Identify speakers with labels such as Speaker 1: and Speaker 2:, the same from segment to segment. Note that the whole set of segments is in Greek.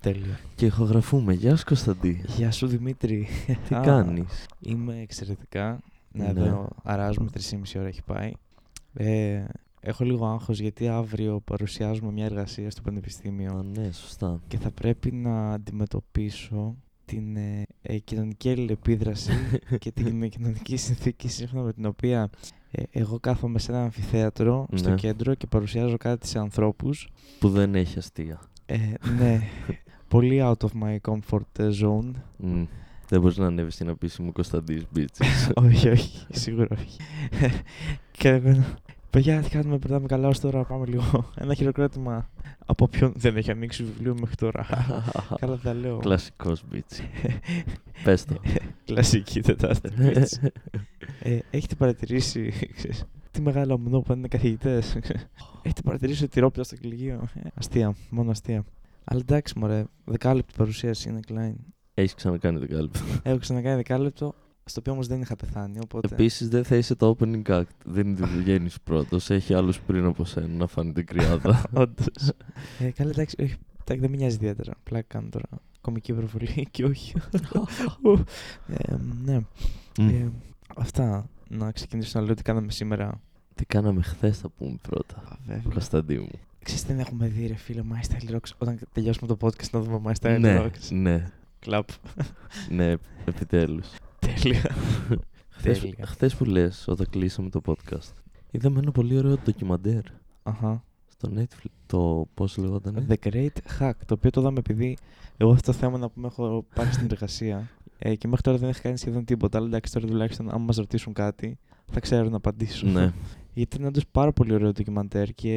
Speaker 1: Τέλεια.
Speaker 2: Και ηχογραφούμε. Γεια σου Κωνσταντή.
Speaker 1: Γεια σου Δημήτρη.
Speaker 2: Τι
Speaker 1: Α,
Speaker 2: κάνεις.
Speaker 1: Είμαι εξαιρετικά. Να
Speaker 2: Ναι.
Speaker 1: εδώ αράζουμε 3,5 ώρα έχει πάει. Ε, έχω λίγο άγχος γιατί αύριο παρουσιάζουμε μια εργασία στο
Speaker 2: Α,
Speaker 1: Πανεπιστήμιο
Speaker 2: ναι, σωστά.
Speaker 1: και θα πρέπει να αντιμετωπίσω την ε, ε, κοινωνική αλληλεπίδραση και την ε, κοινωνική συνθήκη σύμφωνα με την οποία ε, εγώ κάθομαι σε ένα αμφιθέατρο στο
Speaker 2: Ναι.
Speaker 1: κέντρο και παρουσιάζω κάτι σε ανθρώπους
Speaker 2: Που δεν έχει αστεία.
Speaker 1: Ε, ναι, πολύ out of my comfort zone.
Speaker 2: Μμ. Δεν μπορείς να ανέβεις στην επίσημη Κωνσταντής Beaches.
Speaker 1: όχι, όχι, σίγουρα όχι. και δεν Παιδιά, τι κάνουμε, περνάμε καλά ως τώρα, πάμε λίγο. Ένα χειροκρότημα από ποιον δεν έχει ανοίξει βιβλίο μέχρι τώρα. καλά τα λέω.
Speaker 2: Κλασικός Beach. Πες το.
Speaker 1: Κλασική Τετάρτη. έτσι. ε, έχετε παρατηρήσει ξέρεις, τι μεγάλο ομνό που είναι καθηγητές. έχετε παρατηρήσει ότι ρόπιτα στο κυλικείο. Ε, αστεία, μόνο αστεία. Αλλά εντάξει, μωρέ, δεκάλεπτη παρουσίαση είναι Klein.
Speaker 2: Έχεις ξανακάνει το κάλυπτο.
Speaker 1: Έχω ξανακάνει δεκάλεπτο, στο οποίο όμως δεν είχα πεθάνει. Οπότε.
Speaker 2: Επίσης δεν θα είσαι το opening act. Δεν βγαίνεις πρώτος. Έχει άλλους πριν από σένα να φάνει την κρυάδα.
Speaker 1: Όντως. ε, καλά, εντάξει, όχι, εντάξει, δεν με νοιάζει ιδιαίτερα. Πλάκα κάνω τώρα. Κομική προβολή και όχι. Ου, ε, ναι.
Speaker 2: Μμ.
Speaker 1: Ε, αυτά. Να ξεκινήσω να λέω τι κάναμε σήμερα.
Speaker 2: Τι κάναμε χθες θα πούμε πρώτα.
Speaker 1: Βέβαια.
Speaker 2: Κωνσταντί μου.
Speaker 1: Ξέρεις, δεν έχουμε δει ρε φίλε My Style Rocks. Όταν τελειώσουμε το podcast να δούμε My Style
Speaker 2: Ναι,
Speaker 1: Rocks.
Speaker 2: ναι,
Speaker 1: Κλαπ.
Speaker 2: ναι, επιτέλους.
Speaker 1: Τέλεια.
Speaker 2: Χθες,
Speaker 1: Τέλεια.
Speaker 2: χθες που λες, όταν κλείσαμε το podcast, είδαμε ένα πολύ ωραίο ντοκιμαντέρ
Speaker 1: Αχα.
Speaker 2: στο Netflix. Το πώς λεγόταν. ε?
Speaker 1: The Great Hack. Το οποίο το είδαμε επειδή εγώ αυτό το θέμα να πούμε έχω πάρει στην εργασία. Ε, και μέχρι τώρα δεν έχει κάνει σχεδόν τίποτα. Αλλά εντάξει, τώρα τουλάχιστον άμα μας ρωτήσουν κάτι, θα ξέρω να απαντήσω.
Speaker 2: Ναι,
Speaker 1: Γιατί ήταν όντως πάρα πολύ ωραίο ντοκιμαντέρ και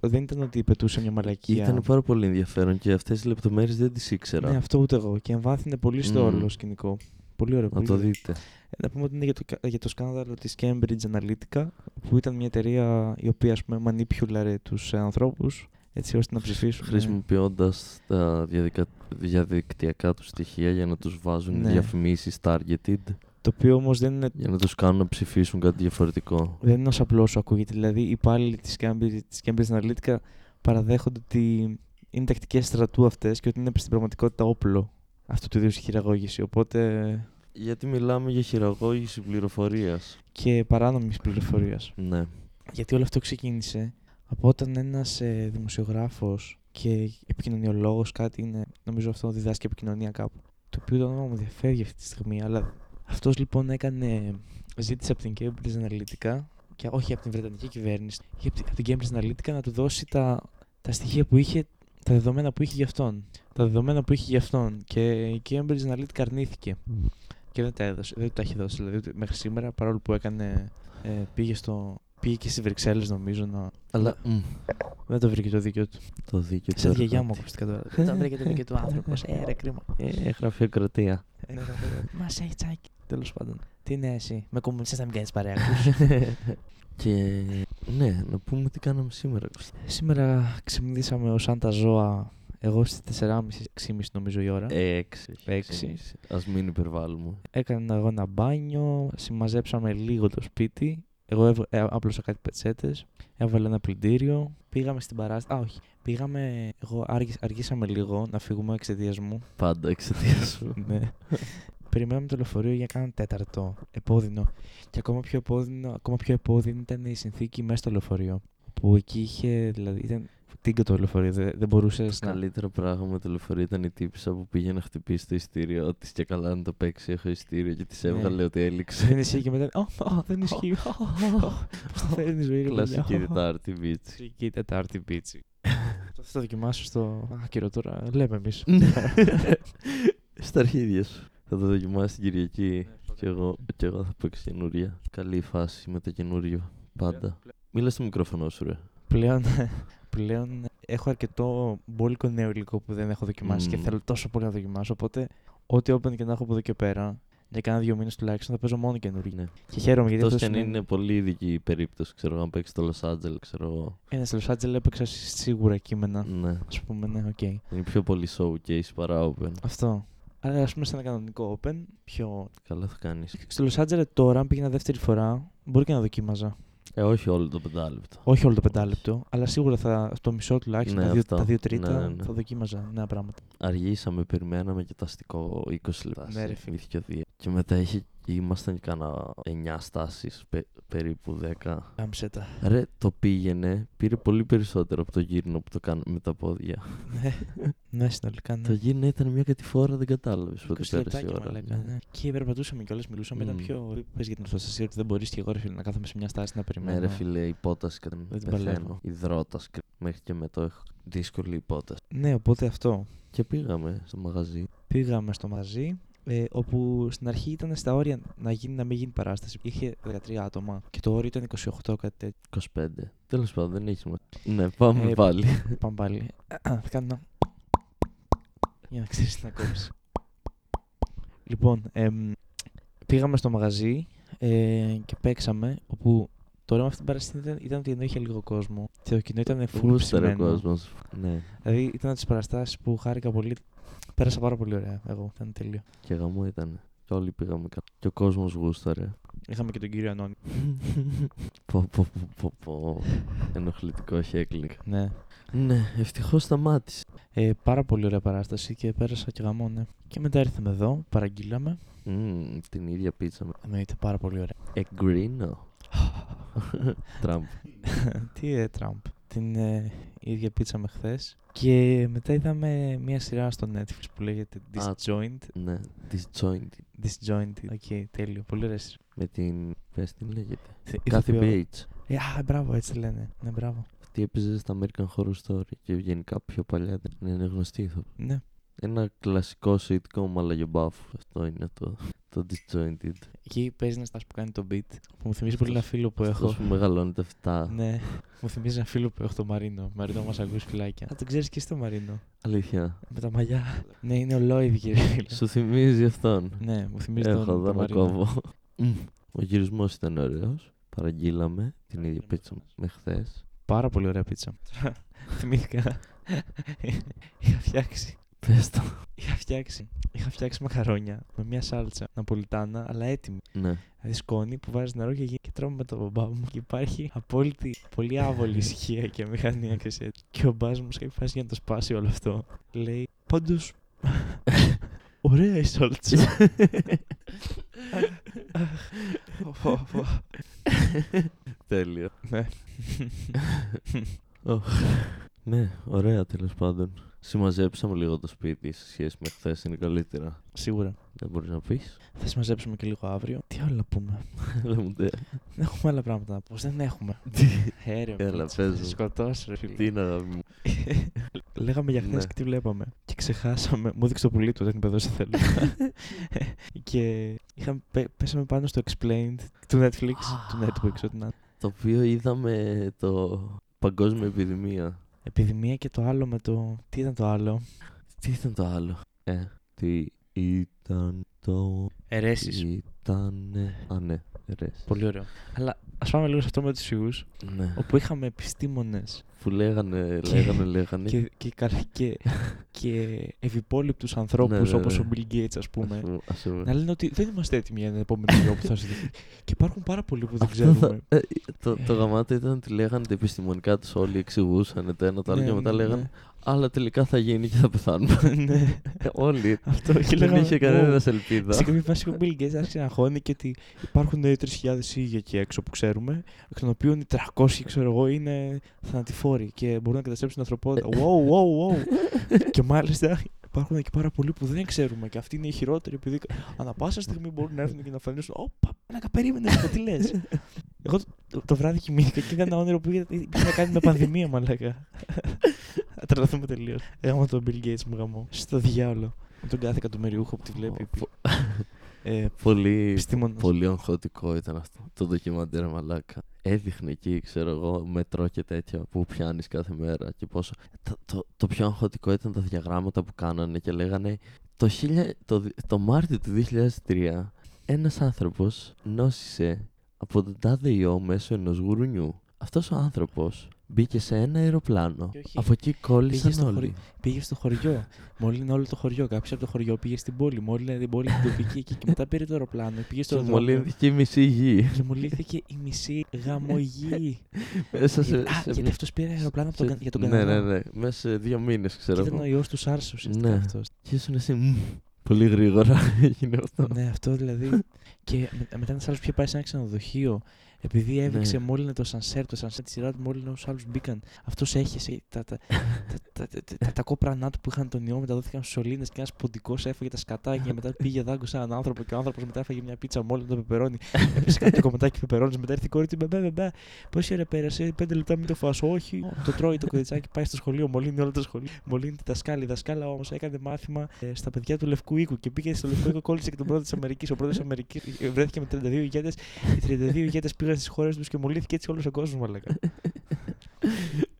Speaker 1: ε, δεν ήταν ότι πετούσε μια μαλακία.
Speaker 2: ήταν πάρα πολύ ενδιαφέρον και αυτές τις λεπτομέρειες δεν τις ήξερα.
Speaker 1: Ναι, αυτό ούτε εγώ. Και εμβάθυνε πολύ στο
Speaker 2: Μμμ.
Speaker 1: όλο σκηνικό. Πολύ ωραίο.
Speaker 2: Να
Speaker 1: πολύ
Speaker 2: το
Speaker 1: ωραίο.
Speaker 2: δείτε.
Speaker 1: Ε, Να πούμε ότι είναι για το, κα- για το σκάνδαλο της Cambridge Analytica, που ήταν μια εταιρεία η οποία ας πούμε μανίπιουλαρε τους ε, ανθρώπους έτσι ώστε να ψηφίσουν. Ναι.
Speaker 2: Χρησιμοποιώντας τα διαδικα... διαδικτυακά τους στοιχεία για να τους βάζουν
Speaker 1: Ναι.
Speaker 2: διαφημίσεις targeted,
Speaker 1: Το οποίο όμως δεν είναι
Speaker 2: για να τους κάνουν να ψηφίσουν κάτι διαφορετικό.
Speaker 1: δεν είναι ως απλός όσο ακούγεται. Δηλαδή, οι υπάλληλοι της Cambridge, της Cambridge Analytica παραδέχονται ότι είναι τακτικές στρατού αυτές και ότι είναι στην πραγματικότητα όπλο αυτού του είδους η χειραγώγηση. Οπότε
Speaker 2: Γιατί μιλάμε για χειραγώγηση πληροφορίας.
Speaker 1: και παράνομης πληροφορίας.
Speaker 2: Ναι.
Speaker 1: Γιατί όλο αυτό ξεκίνησε από όταν ένας ε, δημοσιογράφος και επικοινωνιολόγος κάτι είναι, νομίζω αυτό διδάσκει επικοινωνία κάπου, το οποίο το όνομα μου διαφεύγει αυτή τη στιγμή, αλλά αυτός λοιπόν έκανε, ζήτησε από την Cambridge Analytica, και όχι από την Βρετανική κυβέρνηση, είχε από την- από την Cambridge Analytica να του δώσει τα, τα στοιχεία που είχε, τα δεδομένα που είχε για αυτόν. Τα δεδομένα που είχε για αυτόν. Και η Cambridge Analytica αρνήθηκε. Και δεν τα έδωσε, δεν του τα έχει δώσει. Δηλαδή ούτε μέχρι σήμερα, παρόλο που έκανε, ε, πήγε, στο, πήγε και στις Βρυξέλλες νομίζω να.
Speaker 2: Αλλά μμ,
Speaker 1: Δεν το βρήκε το δίκιο του.
Speaker 2: το δίκαιο
Speaker 1: Σαν τη
Speaker 2: τώρα.
Speaker 1: γιαγιά μου ακουστικά τώρα. Δεν το βρήκε το δίκιο του άνθρωπος. Ε, ρε κρίμα.
Speaker 2: Ε, γραφειοκρατία.
Speaker 1: Ε, Μας έχει τσάκι. Τέλος πάντων. Τι είναι εσύ. Με κομμουνιστές να μην κάνεις παρέα.
Speaker 2: και ναι, να πούμε τι κάναμε σήμερα. Κώστα.
Speaker 1: Σήμερα ξυπνήσαμε ω αν τα ζώα. Εγώ στις 4.30-6.30 νομίζω η ώρα.
Speaker 2: Έξι.
Speaker 1: Ε, Έξι.
Speaker 2: Ας μην υπερβάλλουμε.
Speaker 1: Έκανα εγώ ένα μπάνιο, συμμαζέψαμε λίγο το σπίτι. Εγώ έβ- ε, άπλωσα κάτι πετσέτες, έβαλα ένα πλυντήριο. Πήγαμε στην παράσταση. Α, όχι. Πήγαμε. Εγώ άργη- αργήσαμε λίγο να φύγουμε εξαιτίας μου.
Speaker 2: Πάντα εξαιτίας σου.
Speaker 1: ναι. Περιμέναμε το λεωφορείο για κάνα τέταρτο. Επώδυνο. Και ακόμα πιο επώδυνο, ακόμα πιο επώδυνη ήταν η συνθήκη μέσα στο λεωφορείο. Που εκεί είχε. Δηλαδή ήταν τίγκο το λεωφορείο. Δεν, δεν μπορούσες
Speaker 2: Το
Speaker 1: να.
Speaker 2: καλύτερο πράγμα με το λεωφορείο ήταν η τύψα που πήγε να χτυπήσει το ειστήριό της και καλά να το παίξει. Έχω ειστήριο και της
Speaker 1: Ναι.
Speaker 2: έβγαλε ότι
Speaker 1: Δεν
Speaker 2: έληξε.
Speaker 1: ισχύει και μετά. Ω, ω, δεν ισχύει. Πώ το φέρνει η ζωή, ρε παιδιά.
Speaker 2: Κλασική Τετάρτη βίτσι.
Speaker 1: Κλασική Τετάρτη πίτσι. Αυτό θα το δοκιμάσω στο άκυρο τώρα. Λέμε εμείς.
Speaker 2: Στα αρχίδια σου. Θα το δοκιμάσεις την Κυριακή.
Speaker 1: Ναι,
Speaker 2: Και εγώ, και εγώ θα παίξω καινούρια. Καλή φάση με το καινούριο. Πάντα. Μίλα στο μικρόφωνο σου, ρε.
Speaker 1: Πλέον, πλέον έχω αρκετό μπόλικο νέο υλικό που δεν έχω δοκιμάσει και
Speaker 2: Μμμ.
Speaker 1: θέλω τόσο πολύ να δοκιμάσω. Οπότε, ό,τι open και να έχω από εδώ και πέρα, για κάνα δύο μήνες τουλάχιστον, θα παίζω μόνο καινούργια.
Speaker 2: Ναι.
Speaker 1: Και χαίρομαι γιατί
Speaker 2: Εκτός
Speaker 1: αυτός
Speaker 2: κι αν
Speaker 1: σημαίνει-
Speaker 2: είναι πολύ ειδική η περίπτωση, ξέρω αν παίξεις το Λος Άντζελ, ξέρω εγώ.
Speaker 1: Ε, ναι, στη Λος Άντζελ έπαιξα σίγουρα κείμενα.
Speaker 2: Ναι.
Speaker 1: Ας πούμε, ναι, οκ.
Speaker 2: Είναι πιο πολύ showcase παρά open.
Speaker 1: Αυτό. Αλλά ας πούμε σε ένα κανονικό open, πιο.
Speaker 2: Καλά θα κάνεις.
Speaker 1: Στο Λος Άντζελ τώρα, αν πήγαινα δεύτερη φορά, μπορεί και να δοκίμαζα.
Speaker 2: Ε, όχι όλο το πεντάλεπτο.
Speaker 1: Όχι όλο το πεντάλεπτο, αλλά σίγουρα θα, στο μισό τουλάχιστον,
Speaker 2: Ναι,
Speaker 1: τα, δύο,
Speaker 2: αυτό.
Speaker 1: τα δύο
Speaker 2: Ναι,
Speaker 1: τρίτα,
Speaker 2: ναι, ναι.
Speaker 1: θα δοκίμαζα νέα πράγματα.
Speaker 2: Αργήσαμε, περιμέναμε και τα αστικό 20 λεπτά.
Speaker 1: Ναι, ρε,
Speaker 2: σε ηθιοδία. Και μετά είχε, ήμασταν κάνα 9 στάσει, περίπου 10.
Speaker 1: Κάμψε τα.
Speaker 2: Ρε, το πήγαινε, πήρε πολύ περισσότερο από το γύρνο που το κάναμε με τα πόδια.
Speaker 1: ναι, ναι, συνολικά
Speaker 2: Το
Speaker 1: ναι.
Speaker 2: γύρνο ήταν μια κατηφόρα, δεν κατάλαβες πότε
Speaker 1: 20
Speaker 2: πέρασε η
Speaker 1: λεπτάκια,
Speaker 2: ώρα.
Speaker 1: μαλάκα. Ναι. Και περπατούσαμε κιόλας, μιλούσαμε. Ήταν
Speaker 2: Μμμ.
Speaker 1: πιο. Πες για την προστασία ότι δεν μπορείς και εγώ, ρε φίλε, να κάθομαι σε μια στάση να
Speaker 2: Ναι,
Speaker 1: περιμένω.
Speaker 2: ρε φίλε, υπόταση κατά
Speaker 1: Δεν την παλεύω.
Speaker 2: πεθαίνω. Υδρότα μέχρι και με το έχω. Δύσκολη υπόταση.
Speaker 1: Ναι, οπότε αυτό.
Speaker 2: Και πήγαμε στο μαγαζί.
Speaker 1: Πήγαμε στο μαζί, ε, όπου στην αρχή ήταν στα όρια να γίνει να μην γίνει παράσταση. Είχε 13 άτομα και το όριο ήταν 28, κάτι τέτοιο.
Speaker 2: 25. Τέλος πάντων, δεν έχει σημασία. Ναι, πάμε
Speaker 1: Ε,
Speaker 2: πάλι.
Speaker 1: Πάμε πάλι. Θα κάνω ένα... Για να ξέρεις τι να κόψεις. λοιπόν, εμ, πήγαμε στο μαγαζί ε, και παίξαμε, όπου το ωραίο με αυτή την παράσταση ήταν, ήταν ότι ενώ είχε λίγο κόσμο, το κοινό ήταν full
Speaker 2: Γούσταρε ο
Speaker 1: ψημένος.
Speaker 2: κόσμος. Ναι,
Speaker 1: Δηλαδή ήταν από τις παραστάσεις που χάρηκα πολύ. Πέρασα πάρα πολύ ωραία εγώ, ήταν τέλειο.
Speaker 2: και γαμό ήταν. Και όλοι πήγαμε καλά. Και ο κόσμος γούσταρε.
Speaker 1: Είχαμε και τον κύριο Ανώνη.
Speaker 2: πω, πω, πω, πω, πω. Ενοχλητικό χέκλινγκ.
Speaker 1: Ναι.
Speaker 2: Ναι, ευτυχώς σταμάτησε.
Speaker 1: Ε, πάρα πολύ ωραία παράσταση και πέρασα και γαμό, ναι. Και μετά ήρθαμε εδώ, παραγγείλαμε.
Speaker 2: Μμμ, την ίδια πίτσα με.
Speaker 1: Εννοείται πάρα πολύ ωραία.
Speaker 2: Εγκρίνω. Τραμπ.
Speaker 1: Τι ε, Τραμπ. Την ε, ίδια πίτσα με χθες. Και μετά είδαμε μια σειρά στο Netflix που λέγεται
Speaker 2: Α.
Speaker 1: Disjoint.
Speaker 2: ναι, disjointed.
Speaker 1: Disjoint. Οκ, τέλειο. Πολύ ωραία σειρά.
Speaker 2: Με την. Πες την λέγεται.
Speaker 1: Θε-
Speaker 2: Κάθε
Speaker 1: ηθοποιό.
Speaker 2: Bates.
Speaker 1: Ε, Α, μπράβο, έτσι λένε. Ναι, μπράβο.
Speaker 2: Αυτή έπαιζε στα American Horror Story και γενικά πιο παλιά δεν είναι γνωστή ηθοποιό.
Speaker 1: Ναι.
Speaker 2: Ένα κλασικό sitcom αλλά για μπάφου. Αυτό είναι το, το disjointed.
Speaker 1: Εκεί παίζει ένας στάση που κάνει το beat. Που μου θυμίζει πολύ ένα
Speaker 2: Αυτός-
Speaker 1: φίλο που
Speaker 2: Αυτός
Speaker 1: έχω.
Speaker 2: που μεγαλώνει τα φυτά.
Speaker 1: Ναι. Μου θυμίζει ένα φίλο που έχω, το Μαρίνο. Μαρίνο μας ακούει φυλάκια. Α, τον ξέρεις και στο Μαρίνο.
Speaker 2: Αλήθεια.
Speaker 1: Με τα μαλλιά. Ναι, είναι ολόιδη, κύριε φίλε.
Speaker 2: Σου θυμίζει αυτόν.
Speaker 1: Ναι, μου θυμίζει τον, ναι.
Speaker 2: Έχω εδώ
Speaker 1: τον
Speaker 2: να
Speaker 1: Μαρίνο.
Speaker 2: κόβω. Μμμ. Ο γυρισμός ήταν ωραίος. Παραγγείλαμε την ίδια
Speaker 1: Ναι.
Speaker 2: πίτσα με χθες.
Speaker 1: Πάρα πολύ ωραία πίτσα. Τώρα Θυμήθηκα. Είχα φτιάξει.
Speaker 2: Πες το.
Speaker 1: Είχα φτιάξει. Είχα φτιάξει μακαρόνια με μια σάλτσα ναπολιτάνα, αλλά έτοιμη.
Speaker 2: Ναι.
Speaker 1: Δηλαδή σκόνη που βάζεις νερό και, γι- και τρώμε με τον μπαμπά μου. Και υπάρχει απόλυτη, πολύ άβολη ησυχία και μηχανία, ξέρεις έτσι. Και ο μπάς μου σε κάποια φάση για να το σπάσει όλο αυτό. Λέει, πάντως. Ωραία η σάλτσα. Αχ, οφ, οφ, οφ.
Speaker 2: Τέλειο.
Speaker 1: Ναι.
Speaker 2: Οχ. Ναι, ωραία τέλος πάντων. Συμμαζέψαμε λίγο το σπίτι σε σχέση με χθες. Είναι καλύτερα.
Speaker 1: Σίγουρα.
Speaker 2: Δεν μπορείς να πεις.
Speaker 1: Θα συμμαζέψουμε και λίγο αύριο. Τι άλλο να πούμε.
Speaker 2: Δεν μου τε-
Speaker 1: Δεν έχουμε άλλα πράγματα να πούμε. Δεν έχουμε. Χαίρε,
Speaker 2: Έλα,
Speaker 1: πίτσα,
Speaker 2: πες
Speaker 1: θα
Speaker 2: μου.
Speaker 1: σκοτώσω, ρε φίλε.
Speaker 2: Τι είναι, αγάπη μου.
Speaker 1: Λέγαμε για χθες
Speaker 2: Ναι.
Speaker 1: και τι βλέπαμε. Και ξεχάσαμε. Μου έδειξε το πουλί του όταν είπε εδώ σε θέλω. και είχαμε, πέ- πέσαμε πάνω στο explained του Netflix. του Netflix, ό,τι να είναι.
Speaker 2: Το οποίο είδαμε το παγκόσμια επιδημία.
Speaker 1: Επιδημία και το άλλο με το. Τι ήταν το άλλο.
Speaker 2: Τι ήταν το άλλο. Ε, τι ήταν το.
Speaker 1: Ερέσεις.
Speaker 2: Ήτανε... Α, ναι, ρε.
Speaker 1: Πολύ ωραίο. Αλλά ας πάμε λίγο σε αυτό με τους ιού.
Speaker 2: Ναι.
Speaker 1: Όπου είχαμε επιστήμονες
Speaker 2: Που λέγανε,
Speaker 1: Και-
Speaker 2: λέγανε, λέγανε.
Speaker 1: και, και, κα- και, και ευυπόλοιπτους ανθρώπους
Speaker 2: ναι,
Speaker 1: όπως
Speaker 2: ναι.
Speaker 1: ο Bill Gates, ας πούμε.
Speaker 2: Ας πούμε, ας πούμε.
Speaker 1: Να λένε ότι δεν είμαστε έτοιμοι για την επόμενη γιο που θα συνδεθεί. και υπάρχουν πάρα πολλοί που δεν
Speaker 2: Αυτό θα-
Speaker 1: ξέρουμε.
Speaker 2: ε, το, το γαμάτο ήταν ότι λέγανε τα επιστημονικά τους όλοι, εξηγούσαν το ένα το άλλο
Speaker 1: Ναι,
Speaker 2: και μετά
Speaker 1: ναι,
Speaker 2: λέγανε
Speaker 1: ναι.
Speaker 2: Αλλά τελικά θα γίνει και θα πεθάνουμε.
Speaker 1: ναι,
Speaker 2: όλοι.
Speaker 1: αυτό και
Speaker 2: Δεν
Speaker 1: λέγαμε,
Speaker 2: είχε
Speaker 1: «Ω».
Speaker 2: κανένα ελπίδα.
Speaker 1: Σε κάποια φάση ο Bill Gates άρχισε να χώνει και ότι υπάρχουν 3.000 ήγια εκεί έξω που ξέρουμε, εκ των οποίων οι 300 ξέρω εγώ είναι θανατηφόροι και μπορούν να καταστρέψουν την ανθρωπότητα. wow, wow, wow. και μάλιστα υπάρχουν και πάρα πολλοί που δεν ξέρουμε και αυτοί είναι οι χειρότεροι επειδή ανά πάσα στιγμή μπορούν να έρθουν και να φανίσουν Ωπα, να περίμενε, ρε, τι λες. Εγώ το, το- το βράδυ κοιμήθηκα και είδα ένα όνειρο που είχε είχε να κάνει με πανδημία, μαλάκα. Θα Τρελαθούμε τελείως. Έγαμε τον Bill Gates μου γαμό. Στο διάολο. Με τον κάθε εκατομμυριούχο που τη βλέπει.
Speaker 2: Φο-
Speaker 1: Ε,
Speaker 2: Πολύ,
Speaker 1: Επιστήμονας.
Speaker 2: πολύ αγχωτικό ήταν αυτό το ντοκιμαντέρ μαλάκα. Έδειχνε εκεί, ξέρω εγώ, μετρό και τέτοια που πιάνεις κάθε μέρα και πόσο. Το, το, το πιο αγχωτικό ήταν τα διαγράμματα που κάνανε και λέγανε το, χίλια, το, δι- το Μάρτιο του 2003 ένας άνθρωπος νόσησε από τον τάδε ιό μέσω ενός γουρουνιού. Αυτός ο άνθρωπος Μπήκε σε ένα αεροπλάνο.
Speaker 1: Και όχι.
Speaker 2: Από εκεί κόλλησαν
Speaker 1: στο
Speaker 2: όλοι.
Speaker 1: χωρί- Πήγε στο χωριό. Μόλυνε όλο το χωριό. Κάποιος από το χωριό πήγε στην πόλη. Μόλυνε την πόλη την τοπική εκεί. Και μετά πήρε το αεροπλάνο. Πήγε στο
Speaker 2: Και
Speaker 1: αεροδρόμιο.
Speaker 2: μολύνθηκε η μισή γη.
Speaker 1: Και μολύθηκε η μισή γαμογή.
Speaker 2: Μέσα σε.
Speaker 1: Α,
Speaker 2: σε
Speaker 1: γιατί
Speaker 2: μια-
Speaker 1: αυτός πήρε αεροπλάνο από τον
Speaker 2: σε-
Speaker 1: Κα- για τον
Speaker 2: Ναι,
Speaker 1: Καναδά.
Speaker 2: ναι, ναι. Μέσα σε δύο μήνες,
Speaker 1: Και
Speaker 2: ξέρω
Speaker 1: ήταν ο
Speaker 2: εγώ.
Speaker 1: ιός του Σάρσου ουσιαστικά
Speaker 2: Ναι.
Speaker 1: αυτός.
Speaker 2: Και ήσουν εσύ. μμμ, Πολύ γρήγορα έγινε αυτό.
Speaker 1: ναι, αυτό δηλαδή. και με- μετά ένα άλλο που είχε πάει σε ένα ξενοδοχείο. Επειδή έβηξε, μόλυνε το σανσέρ, το σανσέρ της σειρά του, μόλυνε όσους άλλους μπήκαν. Αυτός έχεσαι. Τα, τα, τα, τα, τα, τα, τα κόπρανά του που είχαν τον ιό μεταδόθηκαν στου σωλήνες και ένας ποντικός έφαγε τα σκατά και μετά πήγε δάγκο σε έναν άνθρωπο και ο άνθρωπος μετά έφαγε μια πίτσα μόλυνε το πεπερώνι. Έπεσε κάποιο κομματάκι πεπερώνι, μετά έρθει η κόρη του μπεμπέ, μπεμπέ. Πόση ώρα πέρασε, πέντε λεπτά μην το φας, Όχι, το τρώει το κοριτσάκι, πάει στο σχολείο, μολύνει όλο το σχολείο. Μολύνει τη δασκάλα. Η δασκάλα όμως έκανε μάθημα ε, στα παιδιά του Λευκού Οίκου και πήγε στο Λευκό Οίκο, κόλλησε και τον πρόεδρο της Αμερικής. Ο πρόεδρο τη Αμερική ε, βρέθηκε με 32 ηγέτες. Οι 32 ηγέτες πήγαν στι χώρες τους και μολύθηκε έτσι όλος ο κόσμος, μαλακά.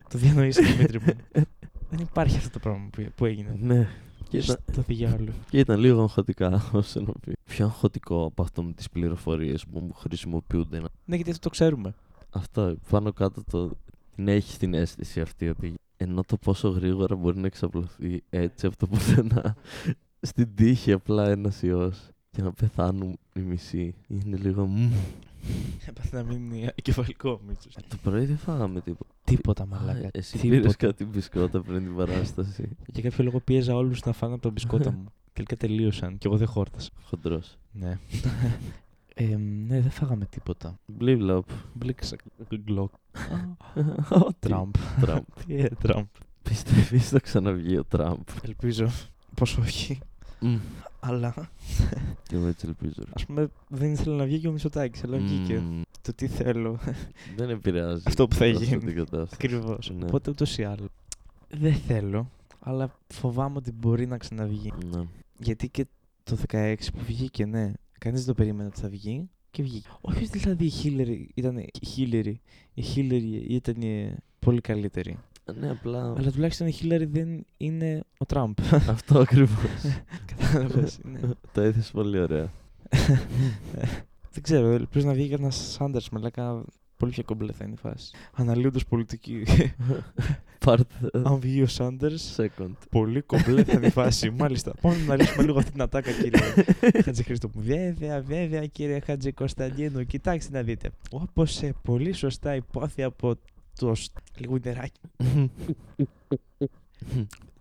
Speaker 1: το διανοήσα, Δημήτρη μου. Δεν υπάρχει αυτό το πράγμα που, που έγινε.
Speaker 2: Ναι. Και ήταν,
Speaker 1: Στο διάλογο.
Speaker 2: και ήταν λίγο αγχωτικά, όσο να πει. Πιο αγχωτικό από αυτό με τις πληροφορίες που μου χρησιμοποιούνται. να-
Speaker 1: ναι, γιατί αυτό το ξέρουμε.
Speaker 2: Αυτό πάνω κάτω το. Ναι, έχει την αίσθηση αυτή ότι ενώ το πόσο γρήγορα μπορεί να εξαπλωθεί έτσι από το πουθενά στην τύχη απλά ένας ιός και να πεθάνουν οι μισοί. Είναι λίγο. μμμ.
Speaker 1: Έπαθε να μείνει κεφαλικό, Μίτσο.
Speaker 2: Το πρωί δεν φάγαμε τίποτα.
Speaker 1: Τίποτα,
Speaker 2: Α,
Speaker 1: μαλακά.
Speaker 2: Εσύ
Speaker 1: τίποτα.
Speaker 2: πήρες κάτι μπισκότα πριν την παράσταση.
Speaker 1: Για κάποιο λόγο πίεζα όλους να φάνε από τα μπισκότα μου. Τελικά τελείωσαν και εγώ δεν χόρτασα.
Speaker 2: Χοντρός.
Speaker 1: Ναι. ε, ναι, δεν φάγαμε τίποτα.
Speaker 2: Μπλίβλοπ.
Speaker 1: Μπλήξα γκλοκ.
Speaker 2: Ο
Speaker 1: Τραμπ.
Speaker 2: Τραμπ.
Speaker 1: Τι ε, Τραμπ.
Speaker 2: Πιστεύεις θα ξαναβγεί ο Τραμπ.
Speaker 1: Ελπίζω πω όχι.
Speaker 2: Μμ.
Speaker 1: Αλλά
Speaker 2: Και εγώ έτσι ελπίζω. ρε.
Speaker 1: ας πούμε δεν ήθελα να βγει και ο Μισοτάκη, αλλά βγήκε.
Speaker 2: Μμμ.
Speaker 1: Το τι θέλω.
Speaker 2: Δεν επηρεάζει.
Speaker 1: Αυτό που θα
Speaker 2: αυτή
Speaker 1: γίνει.
Speaker 2: την κατάσταση.
Speaker 1: Ακριβώς.
Speaker 2: Ναι.
Speaker 1: Οπότε ούτως ή άλλως. Δεν θέλω, αλλά φοβάμαι ότι μπορεί να ξαναβγεί.
Speaker 2: Ναι.
Speaker 1: Γιατί και το 16 που βγήκε, ναι, κανείς δεν το περίμενε ότι θα βγει και βγήκε. Όχι δηλαδή η Χίλερη ήταν. Η Χίλερη, η Χίλερη ήταν ε, πολύ καλύτερη.
Speaker 2: Ναι, απλά
Speaker 1: Αλλά τουλάχιστον η Χίλερη δεν είναι ο Τραμπ.
Speaker 2: αυτό ακριβώς.
Speaker 1: Κατάλαβες.
Speaker 2: Το έθεσες πολύ ωραία.
Speaker 1: δεν ξέρω, ελπίζω να βγει ένας Σάντερ μαλάκα. Πολύ πιο κομπλέ θα είναι η φάση. Αναλύοντας πολιτική.
Speaker 2: Part
Speaker 1: Αν βγει ο Σάντερ,
Speaker 2: second.
Speaker 1: πολύ κομπλέ θα είναι η φάση. Μάλιστα. Πάμε να λύσουμε λίγο αυτή την ατάκα, κύριε. Χατζη Χρήστοπου. Βέβαια, βέβαια, κύριε Χατζη Κωνσταντίνου, κοιτάξτε να δείτε. Όπως πολύ σωστά υπόθη από το σ- λιγουντεράκι.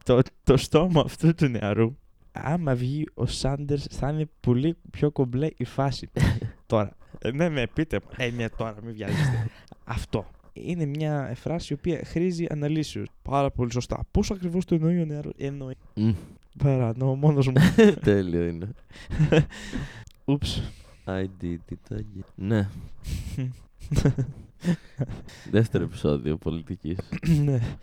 Speaker 1: Το, το στόμα αυτού του νεαρού. Άμα βγει ο Σάντερ, θα είναι πολύ πιο κομπλέ η φάση. τώρα. Ε, ναι, ναι, πείτε μου. Ε, ναι, τώρα, μην βιάζεστε. Αυτό. Είναι μια φράση η οποία χρήζει αναλύσεως. Πάρα πολύ σωστά. Πώς ακριβώς το εννοεί ο νεαρός. Εννοεί.
Speaker 2: Μμ.
Speaker 1: Παρανόω, μόνος μου.
Speaker 2: Τέλειο είναι.
Speaker 1: Ούψ.
Speaker 2: I did it again. Ναι. Δεύτερο επεισόδιο πολιτικής.
Speaker 1: Ναι,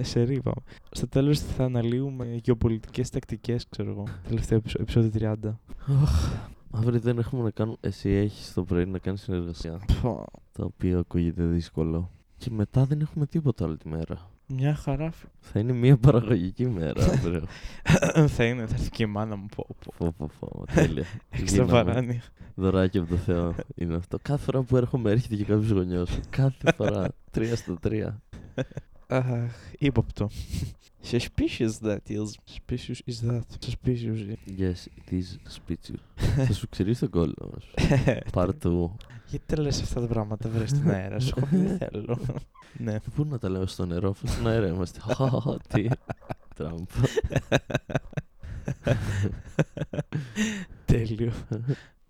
Speaker 1: σε ρίπα. Στο τέλος θα αναλύουμε γεωπολιτικές τακτικές, ξέρω εγώ. Τελευταίο επεισο- επεισόδιο 30.
Speaker 2: Αύριο δεν έχουμε να κάνουμε. Εσύ έχεις το πρωί να κάνεις συνεργασία.
Speaker 1: Πω,
Speaker 2: Το οποίο ακούγεται δύσκολο. Και μετά δεν έχουμε τίποτα όλη τη μέρα.
Speaker 1: Μια χαρά. φ-
Speaker 2: Θα είναι μια παραγωγική μέρα αύριο.
Speaker 1: θα είναι, θα έρθει και η μάνα μου. Πω, πω.
Speaker 2: Φω, φω, φω, τέλεια.
Speaker 1: Έξτρα
Speaker 2: Γίναμε.
Speaker 1: βαράνια.
Speaker 2: Δωράκι από το Θεό είναι αυτό. Κάθε φορά που έρχομαι έρχεται και κάποιος γονιός. Κάθε φορά. Τρία στα τρία.
Speaker 1: Αχ, ύποπτο. Suspicious that is. Suspicious is that. Suspicious.
Speaker 2: Yes, it is speech. Θα σου ξηρίσει τον κόλλο μας.
Speaker 1: Ε,
Speaker 2: Πάρ του.
Speaker 1: Γιατί τα λες αυτά τα πράγματα, βρες στην αέρα σου. Εγώ Δεν θέλω. Ναι.
Speaker 2: Πού να τα λέω στο νερό, αφού στον αέρα είμαστε. Χαχαχα, Τι. Τραμπ.
Speaker 1: Τέλειο.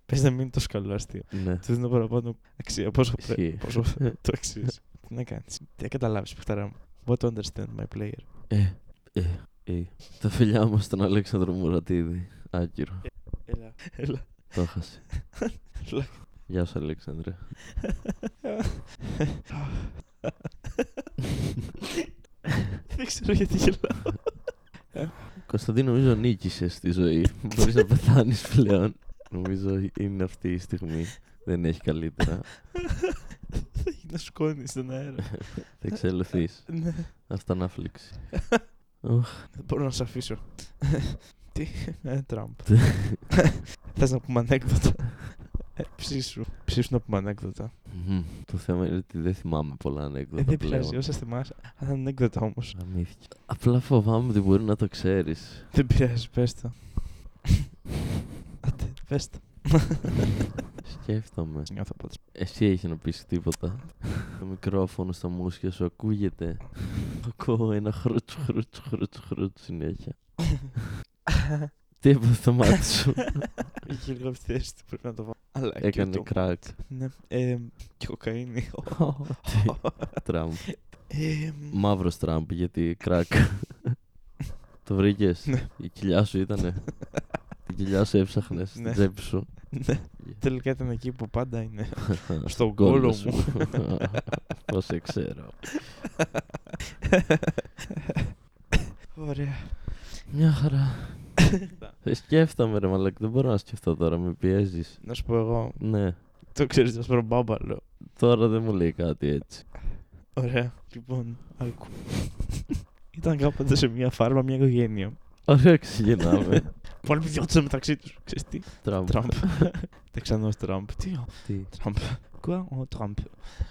Speaker 1: Πες να μην το σκαλό αστείο.
Speaker 2: Ναι.
Speaker 1: Του δίνω παραπάνω αξία. Πόσο πρέπει.
Speaker 2: Ισχύει.
Speaker 1: Πόσο το αξίζει. Τι να κάνεις. Τι καταλάβεις, παιχταρά μου. What to understand my player.
Speaker 2: Ε, ε, ε. Τα φιλιά μας στον Αλέξανδρο Μουρατίδη. Άκυρο.
Speaker 1: Έλα. Έλα.
Speaker 2: Το έχασε. Γεια σου, Αλέξανδρε.
Speaker 1: Δεν ξέρω γιατί γελάω.
Speaker 2: Κωνσταντή, νομίζω νίκησες στη ζωή. Μπορείς να πεθάνεις πλέον. Νομίζω είναι αυτή η στιγμή. Δεν έχει καλύτερα.
Speaker 1: Θα γίνω σκόνη στον αέρα.
Speaker 2: Θα εξελωθεί.
Speaker 1: Ναι.
Speaker 2: Αυτανάφληξη.
Speaker 1: Δεν μπορώ να σε αφήσω. Τι. Ε, Τραμπ. Θες να πούμε ανέκδοτα. Ε, Ψήσου. ψήφουν από ανέκδοτα.
Speaker 2: Μμμ. Το θέμα είναι ότι δεν θυμάμαι πολλά ανέκδοτα.
Speaker 1: Ε, δεν
Speaker 2: πλέον.
Speaker 1: πειράζει, όσα θυμάσαι. Αν ανέκδοτα όμως.
Speaker 2: Γαμήθηκε. Απλά φοβάμαι ότι μπορεί να το ξέρεις.
Speaker 1: Δεν πειράζει, πες το. Άντε, πες το.
Speaker 2: Σκέφτομαι.
Speaker 1: Νιώθω πότε.
Speaker 2: Εσύ έχεις να πεις τίποτα. το μικρόφωνο στα μουσια σου ακούγεται. Ακούω ένα χρούτσου, χρούτσου, χρούτσου, χρούτσου συνέχεια. Τι έπαθε το μάτι σου.
Speaker 1: Είχε λίγο ευθύνη του, πρέπει να το βάλω. Αλλά και
Speaker 2: Έκανε
Speaker 1: το-
Speaker 2: κράκ.
Speaker 1: Ναι, ε, και κοκαίνη.
Speaker 2: Τραμπ.
Speaker 1: Ε,
Speaker 2: Μαύρος τραμπ γιατί κράκ. Το βρήκες.
Speaker 1: Ναι.
Speaker 2: Η κοιλιά σου ήτανε. Την κοιλιά σου έψαχνες στην
Speaker 1: Ναι.
Speaker 2: τσέπη σου.
Speaker 1: ναι, τελικά ήταν εκεί που πάντα είναι. Στον
Speaker 2: Κόλλο
Speaker 1: κόλο
Speaker 2: σου.
Speaker 1: μου.
Speaker 2: Πώς σε ξέρω.
Speaker 1: Ωραία.
Speaker 2: Μια χαρά. Ε, Σκέφτομαι ρε μαλακ, δεν μπορώ να σκεφτώ τώρα, με πιέζεις.
Speaker 1: Να σου πω εγώ,
Speaker 2: Ναι,
Speaker 1: το ξέρεις, να σου πω μπάμπαλο.
Speaker 2: τώρα δεν μου λέει κάτι έτσι.
Speaker 1: Ωραία. Λοιπόν, άκου. Ήταν κάποτε σε μια φάρμα μια οικογένεια.
Speaker 2: Ωραία ξεκινάμε.
Speaker 1: Πολλοί διώτησαν μεταξύ τους. Ξέρεις τι.
Speaker 2: Τραμπ.
Speaker 1: Τραμπ. Τεξανό Τραμπ. Τι ο
Speaker 2: Τι.
Speaker 1: Τραμπ. Κουά ο Τραμπ.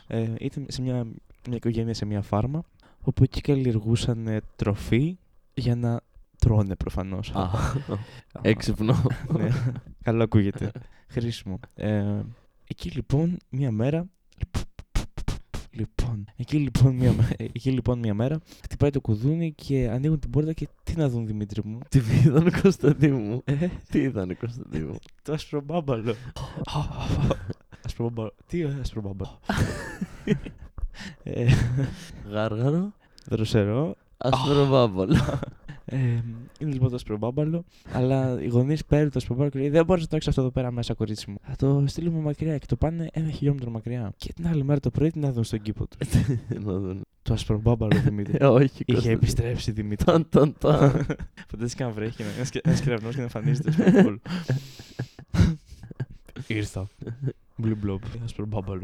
Speaker 1: Ε, Ήταν σε μια, μια οικογένεια σε μια φάρμα όπου εκεί καλλιεργούσαν ε, τροφή για να τρώνε προφανώς.
Speaker 2: Α, Έξυπνο.
Speaker 1: Ναι. Καλό ακούγεται. Χρήσιμο. Ε, εκεί λοιπόν μία μέρα. Λοιπόν, εκεί λοιπόν, μία, μέ- εκεί λοιπόν μία μέρα χτυπάει το κουδούνι και ανοίγουν την πόρτα και τι να δουν Δημήτρη μου.
Speaker 2: Τι είδαν ο Κωνσταντίμου.
Speaker 1: Ε,
Speaker 2: Τι είδαν ο Κωνσταντίμου.
Speaker 1: το ασπρομπάμπαλο. ασπρομπάμπαλο. Τι ωραίο ασπρομπάμπαλο. ε,
Speaker 2: Γάργαρο.
Speaker 1: δροσερό.
Speaker 2: Ασπροβάμπαλο.
Speaker 1: Ε, είναι λοιπόν το ασπρομπάμπαλο. αλλά οι γονείς παίρνουν το ασπρομπάμπαλο και λέει: Δεν μπορείς να το έχεις αυτό εδώ πέρα μέσα, κορίτσι μου. Θα το στείλουμε μακριά και το πάνε ένα χιλιόμετρο μακριά. Και την άλλη μέρα το πρωί την να δουν στον κήπο του.
Speaker 2: Να δουν.
Speaker 1: το ασπρομπάμπαλο Δημήτρη.
Speaker 2: Ε, Όχι,
Speaker 1: Είχε
Speaker 2: Κωνσταντίμου.
Speaker 1: επιστρέψει Δημήτρη.
Speaker 2: Ταν, ταν, ταν.
Speaker 1: Φαντάζεσαι να βρέχει ένα κεραυνός και να εμφανίζεται στο πόλο. Ήρθα. Μπλου μπλοπ. Ασπρομπάμπαλο.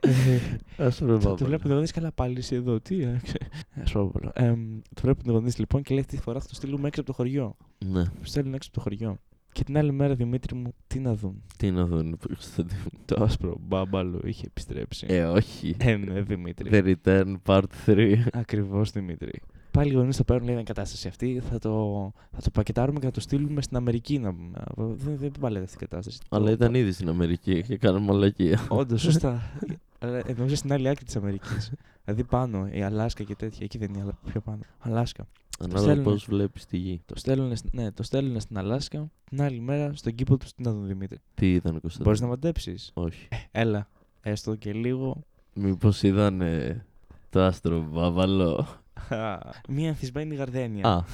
Speaker 1: Ε,
Speaker 2: Ασπροβάμπαλο.
Speaker 1: το- Το βλέπουν οι γονείς, καλά πάλι είσαι εδώ. Τι, ε, ξέ- ας πω, πω, ε, Το βλέπουν οι γονεί λοιπόν και λέει αυτή τη φορά θα το στείλουμε έξω από το χωριό.
Speaker 2: Ναι,
Speaker 1: Το στέλνουν έξω από το χωριό. Και την άλλη μέρα Δημήτρη μου, τι να δουν.
Speaker 2: τι να λοιπόν, δουν ο Κωνσταντίμου.
Speaker 1: Το άσπρο μπάμπαλο είχε επιστρέψει.
Speaker 2: Ε, όχι.
Speaker 1: Ε, ναι, Δημήτρη.
Speaker 2: The Return Part 3.
Speaker 1: Ακριβώς Δημήτρη. Πάλι οι γονείς το παίρνουν, λέει είναι κατάσταση αυτή. Θα το, θα το πακετάρουμε και θα το στείλουμε στην Αμερική. Να... να- Δεν, δεν παλεύει αυτή η κατάσταση.
Speaker 2: Αλλά ήταν ήδη στην Αμερική και κάναμε μαλακία.
Speaker 1: Όντως, σωστά. Αλλά Εννοούσα στην άλλη άκρη της Αμερικής. Δηλαδή πάνω, η Αλάσκα και τέτοια. Εκεί δεν είναι, αλλά πιο πάνω. Αλάσκα.
Speaker 2: Ανάλογα
Speaker 1: στέλνουν.
Speaker 2: πώς βλέπεις τη γη.
Speaker 1: Το στέλνουν, ναι, το στέλνουν στην Αλάσκα. Την άλλη μέρα στον κήπο του στην Άδων Δημήτρη.
Speaker 2: Τι ήταν ο Κωνσταντίνος.
Speaker 1: Μπορείς να μαντέψεις.
Speaker 2: Όχι.
Speaker 1: Έλα. Έστω και λίγο.
Speaker 2: Μήπως ήταν ε, το άστρο μπάβαλο.
Speaker 1: Μία ανθισμένη γαρδένια.
Speaker 2: Α,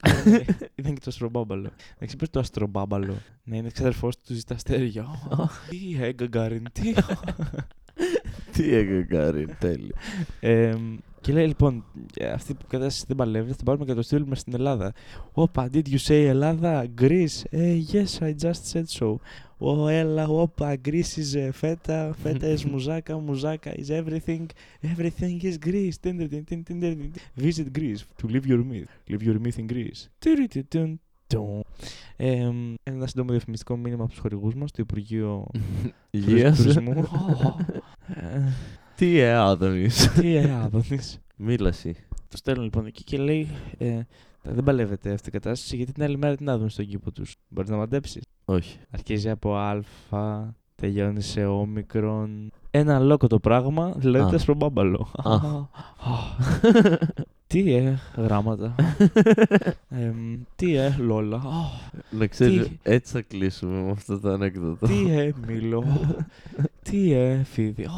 Speaker 1: Αλλά ναι, Ήταν και το αστρομπάμπαλο. Να ξέρει το αστρομπάμπαλο. Να είναι ξαδερφός του ζητά αστέρια. Ω, Τι έγκαγκάριν, τι.
Speaker 2: τι έκανε Κάριν, τέλειο.
Speaker 1: Εμ, Και λέει λοιπόν, ε, αυτή που κατάσταση δεν παλεύει, θα την πάρουμε και θα το στείλουμε στην Ελλάδα. Όπα, did you say Ελλάδα, Greece? Ε, yes, I just said so. Ω, έλα, όπα, Greece is ε, φέτα, φέτα is μουζάκα, μουζάκα is everything, everything is Greece. Τιν, τιν, τιν, τιν, τιν, τιν, τιν. Visit Greece to live your myth, live your myth in Greece. Τιρι, τι, τιν, τουν. Εμ, Ένα σύντομο διαφημιστικό μήνυμα από τους χορηγούς μας, το Υπουργείο
Speaker 2: Γεια σου.
Speaker 1: Τουρισμού. Ω, ε,
Speaker 2: Τι εάδωνη.
Speaker 1: Τι Άδωνης.
Speaker 2: Μίλαση.
Speaker 1: Το στέλνουν λοιπόν εκεί και λέει: ε, «Τα- Δεν παλεύεται αυτή η κατάσταση γιατί την άλλη μέρα την άδουν στον κήπο τους. Μπορείς να μαντέψεις.
Speaker 2: Όχι.
Speaker 1: Αρχίζει από Α, τελειώνει σε όμικρον. Ένα λόκο το πράγμα, δηλαδή
Speaker 2: Α.
Speaker 1: το σπρομπάμπαλο.
Speaker 2: Α.
Speaker 1: Α. Τι ε, γράμματα. Εμ, Τι ε, λόλα. Α,
Speaker 2: Να ξέρεις,
Speaker 1: Τι.
Speaker 2: έτσι θα κλείσουμε με αυτό το ανέκδοτο.
Speaker 1: Τι ε, μήλο. Α, Τι ε, φίδι. Α,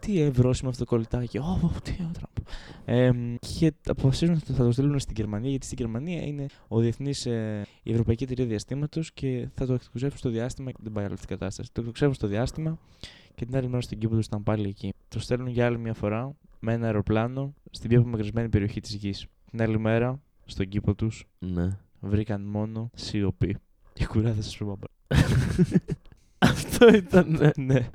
Speaker 1: Τι ε, βρώσιμο αυτό το κολλητάκι. Α, Τι ε, τραμπ. Εμ, και αποφασίζουν ότι θα το στείλουν στην Γερμανία, γιατί στην Γερμανία είναι ο διεθνής, ε, η Ευρωπαϊκή Εταιρεία Διαστήματος και θα το εκτοξεύσουν στο διάστημα. Δεν πάει άλλη αυτή η κατάσταση. Το εκτοξεύουν στο διάστημα και την άλλη μέρα στην κήπο τους ήταν πάλι εκεί. Το στέλνουν για άλλη μια φορά με ένα αεροπλάνο στην πιο απομακρυσμένη περιοχή της γης. Την άλλη μέρα στον κήπο τους
Speaker 2: Ναι.
Speaker 1: βρήκαν μόνο σιωπή. Και κουράδε σα
Speaker 2: Αυτό ήταν.
Speaker 1: ναι.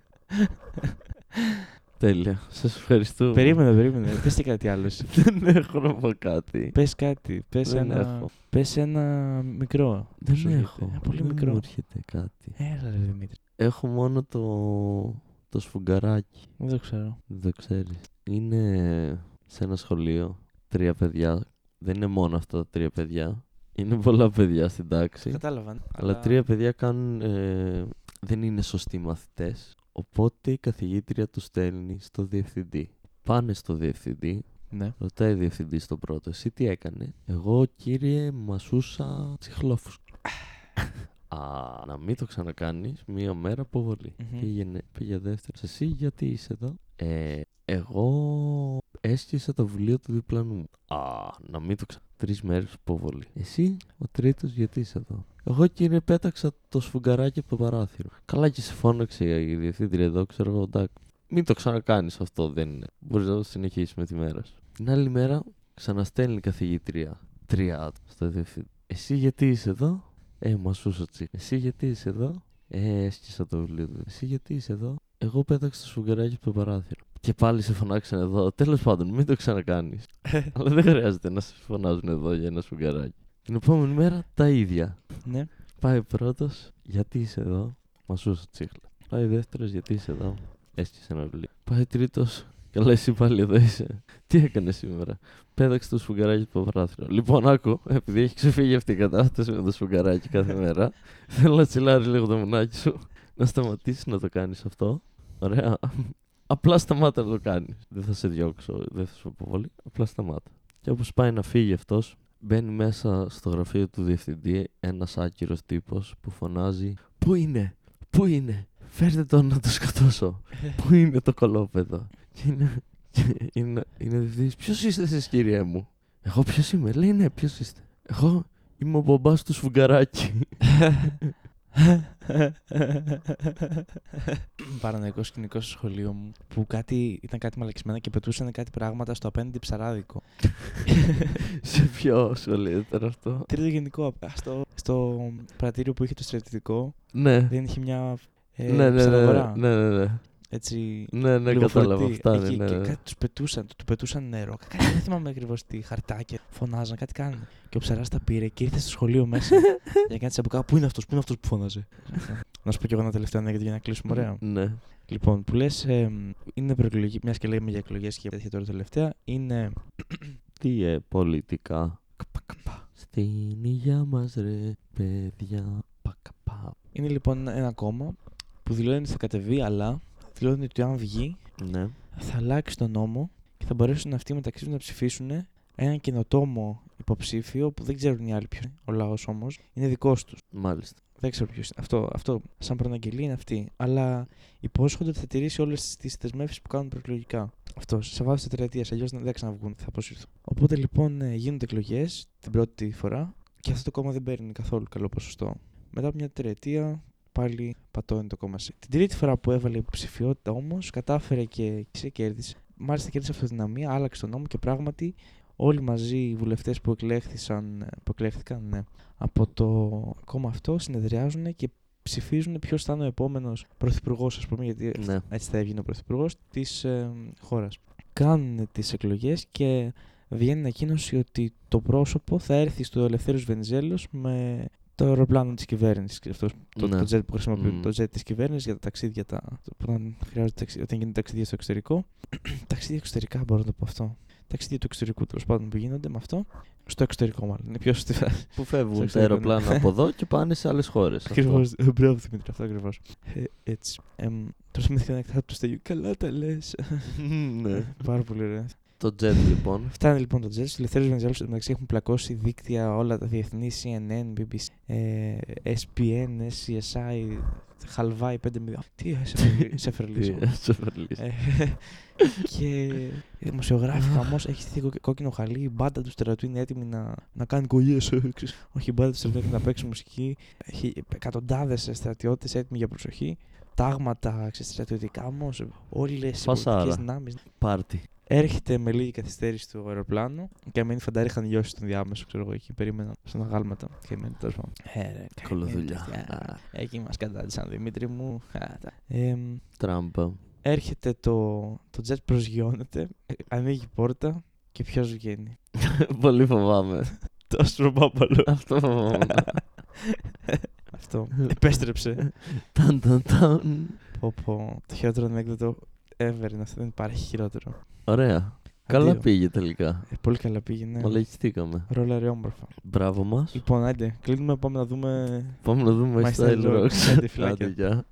Speaker 2: Τέλεια. Σας ευχαριστώ.
Speaker 1: Περίμενε, περίμενε. Πες και κάτι άλλο. εσύ.
Speaker 2: Δεν έχω να πω κάτι.
Speaker 1: Πες κάτι. Πες
Speaker 2: Δεν
Speaker 1: ένα,
Speaker 2: έχω.
Speaker 1: πες ένα μικρό. που σου
Speaker 2: Δεν
Speaker 1: έρχεται.
Speaker 2: έχω.
Speaker 1: Ένα πολύ
Speaker 2: Δεν μου
Speaker 1: μικρό.
Speaker 2: έρχεται κάτι.
Speaker 1: Έλα, ρε Δημήτρη.
Speaker 2: Έχω μόνο το, το σφουγγαράκι.
Speaker 1: Δεν το ξέρω.
Speaker 2: Δεν το ξέρεις. Είναι σε ένα σχολείο. Τρία παιδιά. Δεν είναι μόνο αυτά τα τρία παιδιά. Είναι πολλά παιδιά στην τάξη.
Speaker 1: Κατάλαβα.
Speaker 2: Αλλά τρία παιδιά κάνουν, ε, δεν είναι σωστοί μαθητές, οπότε η καθηγήτρια του στέλνει στο διευθυντή. Πάνε στο διευθυντή,
Speaker 1: Ναι.
Speaker 2: ρωτάει ο διευθυντής στον πρώτο, εσύ τι έκανε. Εγώ κύριε μασούσα τσιχλόφους. Α, να μην το ξανακάνεις, μία μέρα αποβολή.
Speaker 1: Μμμ.
Speaker 2: Πήγαινε, πήγε δεύτερος. Εσύ γιατί είσαι εδώ. Ε, εγώ έσκυσα το βιβλίο του διπλανού μου. Α, να μην το ξανα. Τρεις μέρες αποβολή. Εσύ, ο τρίτος, γιατί είσαι εδώ. Εγώ κύριε πέταξα το σφουγγαράκι από το παράθυρο. Καλά και σε φώναξε η διευθύντρια εδώ, ξέρω εγώ, εντάξει. Μην το ξανακάνεις αυτό, δεν είναι. Μπορείς να το συνεχίσεις με τη μέρα σου. Την άλλη μέρα ξαναστέλνει η καθηγήτρια τρία άτομα στο διευθυντή. Εσύ γιατί είσαι εδώ, ε, μασούσα τσι. Εσύ γιατί είσαι εδώ, ε, έσκυσα το βιβλίο του. Εσύ γιατί είσαι εδώ, εγώ πέταξα το σφουγγαράκι από το παράθυρο. Και πάλι σε φωνάξαν εδώ. Τέλος πάντων, μην το ξανακάνεις. Αλλά δεν χρειάζεται να σε φωνάζουν εδώ για ένα σφουγγαράκι. Την επόμενη μέρα τα ίδια.
Speaker 1: ναι.
Speaker 2: Πάει πρώτος, γιατί είσαι εδώ, μασούσα τσίχλα. Πάει δεύτερος, γιατί είσαι εδώ, έσκυσε ένα βιβλίο. Πάει τρίτος, καλά εσύ πάλι εδώ είσαι. Τι έκανε σήμερα, πέταξε το σφουγγαράκι από το παράθυρο. Λοιπόν, άκου, επειδή έχει ξεφύγει αυτή η κατάσταση με το σφουγγαράκι κάθε μέρα, θέλω να τσιλάρεις λίγο το μουνάκι σου, να σταματήσεις να το κάνεις αυτό. Ωραία. Απλά σταμάτα να το κάνεις. Δεν θα σε διώξω, δεν θα σου πω πολύ. Απλά σταμάτα. Και όπως πάει να φύγει αυτός, Μπαίνει μέσα στο γραφείο του διευθυντή ένας άκυρος τύπος που φωνάζει: Πού είναι, πού είναι, φέρτε τον να το σκοτώσω. πού είναι το κολόπεδο. Και είναι, και είναι, είναι διευθυντής: Ποιος είστε εσείς, κύριε μου. Εγώ ποιος είμαι, λέει ναι, ποιος είστε. Εγώ είμαι ο μπαμπάς του σφουγγαράκι.
Speaker 1: Παρανοϊκός σκηνικός στο σχολείο μου που κάτι, ήταν κάτι μαλακισμένα και πετούσαν κάτι πράγματα στο απέναντι ψαράδικο.
Speaker 2: Σε ποιο σχολείο ήταν αυτό.
Speaker 1: Τρίτο γενικό. α, Στο, στο πρατήριο που είχε το στρατιωτικό
Speaker 2: Ναι.
Speaker 1: δεν είχε μια ε,
Speaker 2: ναι, ναι, ναι,
Speaker 1: ψαραγορά.
Speaker 2: ναι, ναι, ναι,
Speaker 1: Έτσι.
Speaker 2: ναι, ναι,
Speaker 1: λίγο
Speaker 2: κατάλαβα
Speaker 1: φορτί.
Speaker 2: αυτά,
Speaker 1: Εκεί
Speaker 2: ναι,
Speaker 1: και
Speaker 2: ναι, ναι.
Speaker 1: κάτι τους πετούσαν, του πετούσαν νερό. Κάτι, δεν θυμάμαι ακριβώς τι χαρτάκια. Φωνάζαν, κάτι κάνανε. Και ο ψαράς τα πήρε και ήρθε στο σχολείο μέσα. για να κάνει τσαμπουκά. Πού είναι αυτός, πού είναι αυτός που φώναζε. να σου πω κι εγώ ένα τελευταίο ανέκδοτο για να κλείσουμε. Ωραία.
Speaker 2: Ναι,
Speaker 1: Λοιπόν, που λες, είναι προεκλογική, μιας και λέμε για εκλογές και τέτοια τώρα τελευταία, είναι.
Speaker 2: Τι ε, πολιτικά. Στην υγειά μας ρε παιδιά. Πακαπά.
Speaker 1: Είναι λοιπόν ένα κόμμα που δηλώνει ότι θα κατεβεί, αλλά δηλώνει ότι αν βγει
Speaker 2: Ναι.
Speaker 1: θα αλλάξει τον νόμο και θα μπορέσουν αυτοί μεταξύ τους να ψηφίσουν έναν καινοτόμο υποψήφιο που δεν ξέρουν οι άλλοι ποιος είναι. Ο λαός όμως είναι δικός τους.
Speaker 2: Μάλιστα.
Speaker 1: Δεν ξέρω ποιος είναι. Αυτό, αυτό σαν προαναγγελία είναι αυτή. Αλλά υπόσχονται ότι θα τηρήσει όλες τις δεσμεύσεις που κάνουν προεκλογικά. Αυτό. Σε βάθος τετραετίας. Αλλιώς δεν ξαναβγούν. Θα αποσυρθούν. Οπότε λοιπόν ε, γίνονται εκλογές την πρώτη φορά και αυτό το κόμμα δεν παίρνει καθόλου καλό ποσοστό. Μετά από μια τετραετία πάλι πατώνει το κόμμα σε. Την τρίτη φορά που έβαλε υποψηφιότητα όμως κατάφερε και σε κέρδισε. Μάλιστα κέρδισε αυτοδυναμία, άλλαξε τον νόμο και πράγματι όλοι μαζί οι βουλευτές που, εκλέχθησαν- που εκλέχθηκαν ναι, από το κόμμα αυτό συνεδριάζουν και ψηφίζουν ποιος θα είναι ο επόμενος πρωθυπουργός, ας πούμε, γιατί
Speaker 2: Ναι.
Speaker 1: έτσι θα έβγαινε ο πρωθυπουργός της ε, χώρας. Κάνουν τις εκλογές και βγαίνει ανακοίνωση ότι το πρόσωπο θα έρθει στο Ελευθέρω Βενιζέλος με το αεροπλάνο της κυβέρνησης. Αυτός το,
Speaker 2: ναι.
Speaker 1: το jet που χρησιμοποιούν,
Speaker 2: Μμμ.
Speaker 1: το jet της κυβέρνησης για τα ταξίδια. Τα, το- όταν, χρειάζονται, ταξι- όταν γίνονται ταξίδια στο εξωτερικό. ταξίδια εξωτερικά μπορώ να το πω αυτό. Ταξίδια του εξωτερικού τέλος πάντων που γίνονται με αυτό. Στο εξωτερικό μάλλον. Είναι πιο σωστή φράση.
Speaker 2: Που
Speaker 1: Σε
Speaker 2: φεύγουν τα
Speaker 1: ξέρω, ναι.
Speaker 2: αεροπλάνα από εδώ και πάνε σε άλλες χώρες.
Speaker 1: Ακριβώ. Μπράβο, Δημήτρη, αυτό ακριβώς. Έτσι. Εμ, Τώρα θυμήθηκα ένα κάτω του στέλιου. Καλά τα λες.
Speaker 2: ναι.
Speaker 1: Πάρα πολύ ωραία.
Speaker 2: Το jet λοιπόν.
Speaker 1: Φτάνει λοιπόν το τζέλ. Οι ελευθέρου Βενεζέλου μεταξύ έχουν πλακώσει δίκτυα όλα τα διεθνή, CNN, BBC, ε, SPN, CSI, Χαλβάη 5-0. Τι ε, σε- σε φρελίζω.
Speaker 2: Τι, ε, σε φρελίζω.
Speaker 1: Ε, και δημοσιογράφοι χαμός, έχει στηθεί κόκκι- κόκκινο χαλί. Η μπάντα του στρατού είναι έτοιμη να, να κάνει κολλιές. Όχι, η μπάντα του στρατού είναι έτοιμη να παίξει μουσική. Έχει εκατοντάδες στρατιώτες έτοιμοι για προσοχή. Τάγματα ξέρεις, στρατιωτικά όμως. Όλες οι
Speaker 2: Φασάρα.
Speaker 1: πολιτικέ δυνάμεις.
Speaker 2: Πάρτι.
Speaker 1: Έρχεται με λίγη καθυστέρηση του αεροπλάνου και αμένοι φαντάροι είχαν λιώσει τον διάμεσο, ξέρω εγώ, εκεί περίμεναν στον αγάλματα. Και εμένα τέλος πάντων. Ε, ρε,
Speaker 2: Κολοδουλιά.
Speaker 1: καημένοι,
Speaker 2: Α,
Speaker 1: Εκεί μας κατάντησαν, Δημήτρη μου. Ε, εμ,
Speaker 2: Τράμπα.
Speaker 1: Έρχεται το, το jet προσγειώνεται, ε, ανοίγει η πόρτα και ποιος βγαίνει.
Speaker 2: Πολύ φοβάμαι.
Speaker 1: Το αστροπάπαλο.
Speaker 2: Αυτό φοβάμαι.
Speaker 1: Αυτό. Επέστρεψε.
Speaker 2: Ταν, ταν, ταν.
Speaker 1: πω, πω. Το χειρότερο ανέκδοτο ever είναι αυτό. Δεν υπάρχει χειρότερο.
Speaker 2: Ωραία. Καλά
Speaker 1: Αντίο.
Speaker 2: πήγε τελικά.
Speaker 1: Ε, πολύ καλά πήγαινε.
Speaker 2: Μαλακιστήκαμε.
Speaker 1: Ρόλαρε όμορφα.
Speaker 2: Μπράβο Ναι. μας.
Speaker 1: Λοιπόν, άντε, κλείνουμε. Πάμε να δούμε
Speaker 2: Πάμε να δούμε My Style Rocks.
Speaker 1: Άντε, φιλάκια.
Speaker 2: Άντε, γεια.